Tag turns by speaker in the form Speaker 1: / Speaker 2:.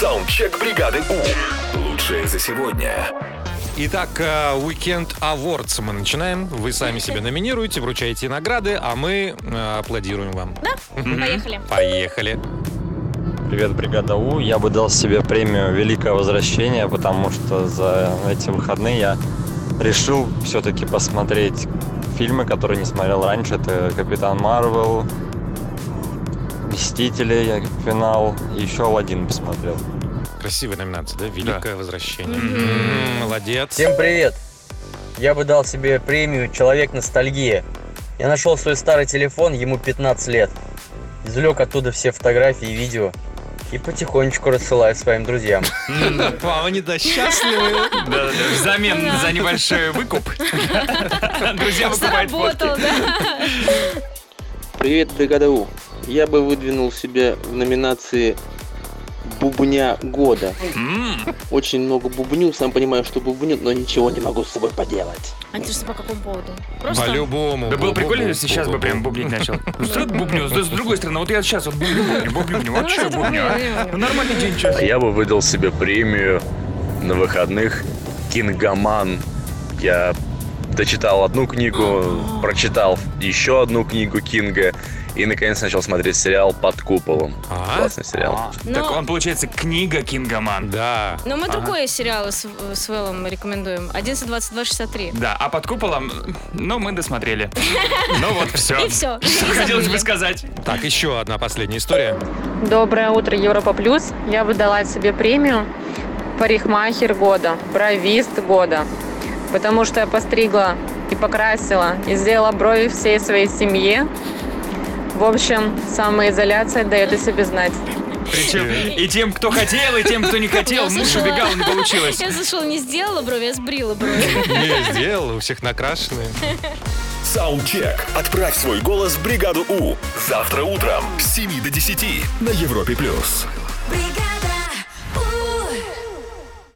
Speaker 1: Саундчек бригады У. Лучшее за сегодня.
Speaker 2: Итак, э, Weekend Awards мы начинаем. Вы сами себя номинируете, вручаете награды, а мы э, аплодируем вам.
Speaker 3: Да? Ну, Поехали.
Speaker 2: Поехали.
Speaker 4: Привет, бригада У. Я бы дал себе премию «Великое возвращение», потому что за эти выходные я решил все-таки посмотреть фильмы, которые не смотрел раньше. Это «Капитан Марвел», «Мстители», я финал, и еще «Алладин» посмотрел.
Speaker 2: Красивая номинация, да? Великое возвращение. М, Молодец.
Speaker 5: Всем привет! Я бы дал себе премию «Человек ностальгия». Я нашел свой старый телефон, ему 15 лет. Извлек оттуда все фотографии и видео. И потихонечку рассылаю своим друзьям.
Speaker 2: Вау, они да счастливы.
Speaker 6: Да-да-да, Взамен за небольшой выкуп. Друзья выкупают
Speaker 3: Сработал,
Speaker 6: фотки.
Speaker 3: Ну, да.
Speaker 7: Привет, бригада У. Я бы выдвинул себя в номинации бубня года.
Speaker 6: М,
Speaker 7: Очень много бубню, сам понимаю, что бубню, но ничего не могу с собой поделать.
Speaker 3: Интересно, А по какому поводу? Просто
Speaker 2: По-любому.
Speaker 6: Да было
Speaker 2: Бу-бу-бу.
Speaker 6: прикольно, если сейчас бы прям бубнить начал. Ну Что это бубню? С с другой стороны, вот я сейчас вот бубню, бубню, бубню, бубню. Вот что я бубню, а? Ну, Нормальный день, чё?
Speaker 8: Я бы выдал себе премию на выходных «Кингоман». Я дочитал одну книгу, прочитал еще одну книгу Кинга и, наконец, начал смотреть сериал «Под куполом».
Speaker 2: А?
Speaker 8: Классный сериал.
Speaker 6: А,
Speaker 3: Ну-
Speaker 6: Так он, получается, книга Кингоман.
Speaker 2: Да.
Speaker 3: Но Ну, мы другое сериалы с, с Вэллом рекомендуем. 11.22.63.
Speaker 6: Да, а под куполом, ну, мы досмотрели. Ну вот, все.
Speaker 3: И все. И
Speaker 6: Хотелось
Speaker 3: забыли.
Speaker 6: бы сказать.
Speaker 2: Так, еще одна последняя история.
Speaker 9: Доброе утро, Европа Плюс. Я бы дала себе премию парикмахер года, бровист года, потому что я постригла и покрасила, и сделала брови всей своей семье. В общем, самоизоляция дает о себе знать.
Speaker 6: Причем и тем, кто хотел, и тем, кто не хотел.
Speaker 3: Я
Speaker 6: Муж
Speaker 3: слышала.
Speaker 6: убегал, не получилось.
Speaker 3: Я слышала, не сделала брови, я сбрила брови.
Speaker 2: Не сделал, у всех накрашенные.
Speaker 1: Саундчек. Отправь свой голос в бригаду У. Завтра утром с 7 до 10 на Европе+. плюс.
Speaker 10: бригада.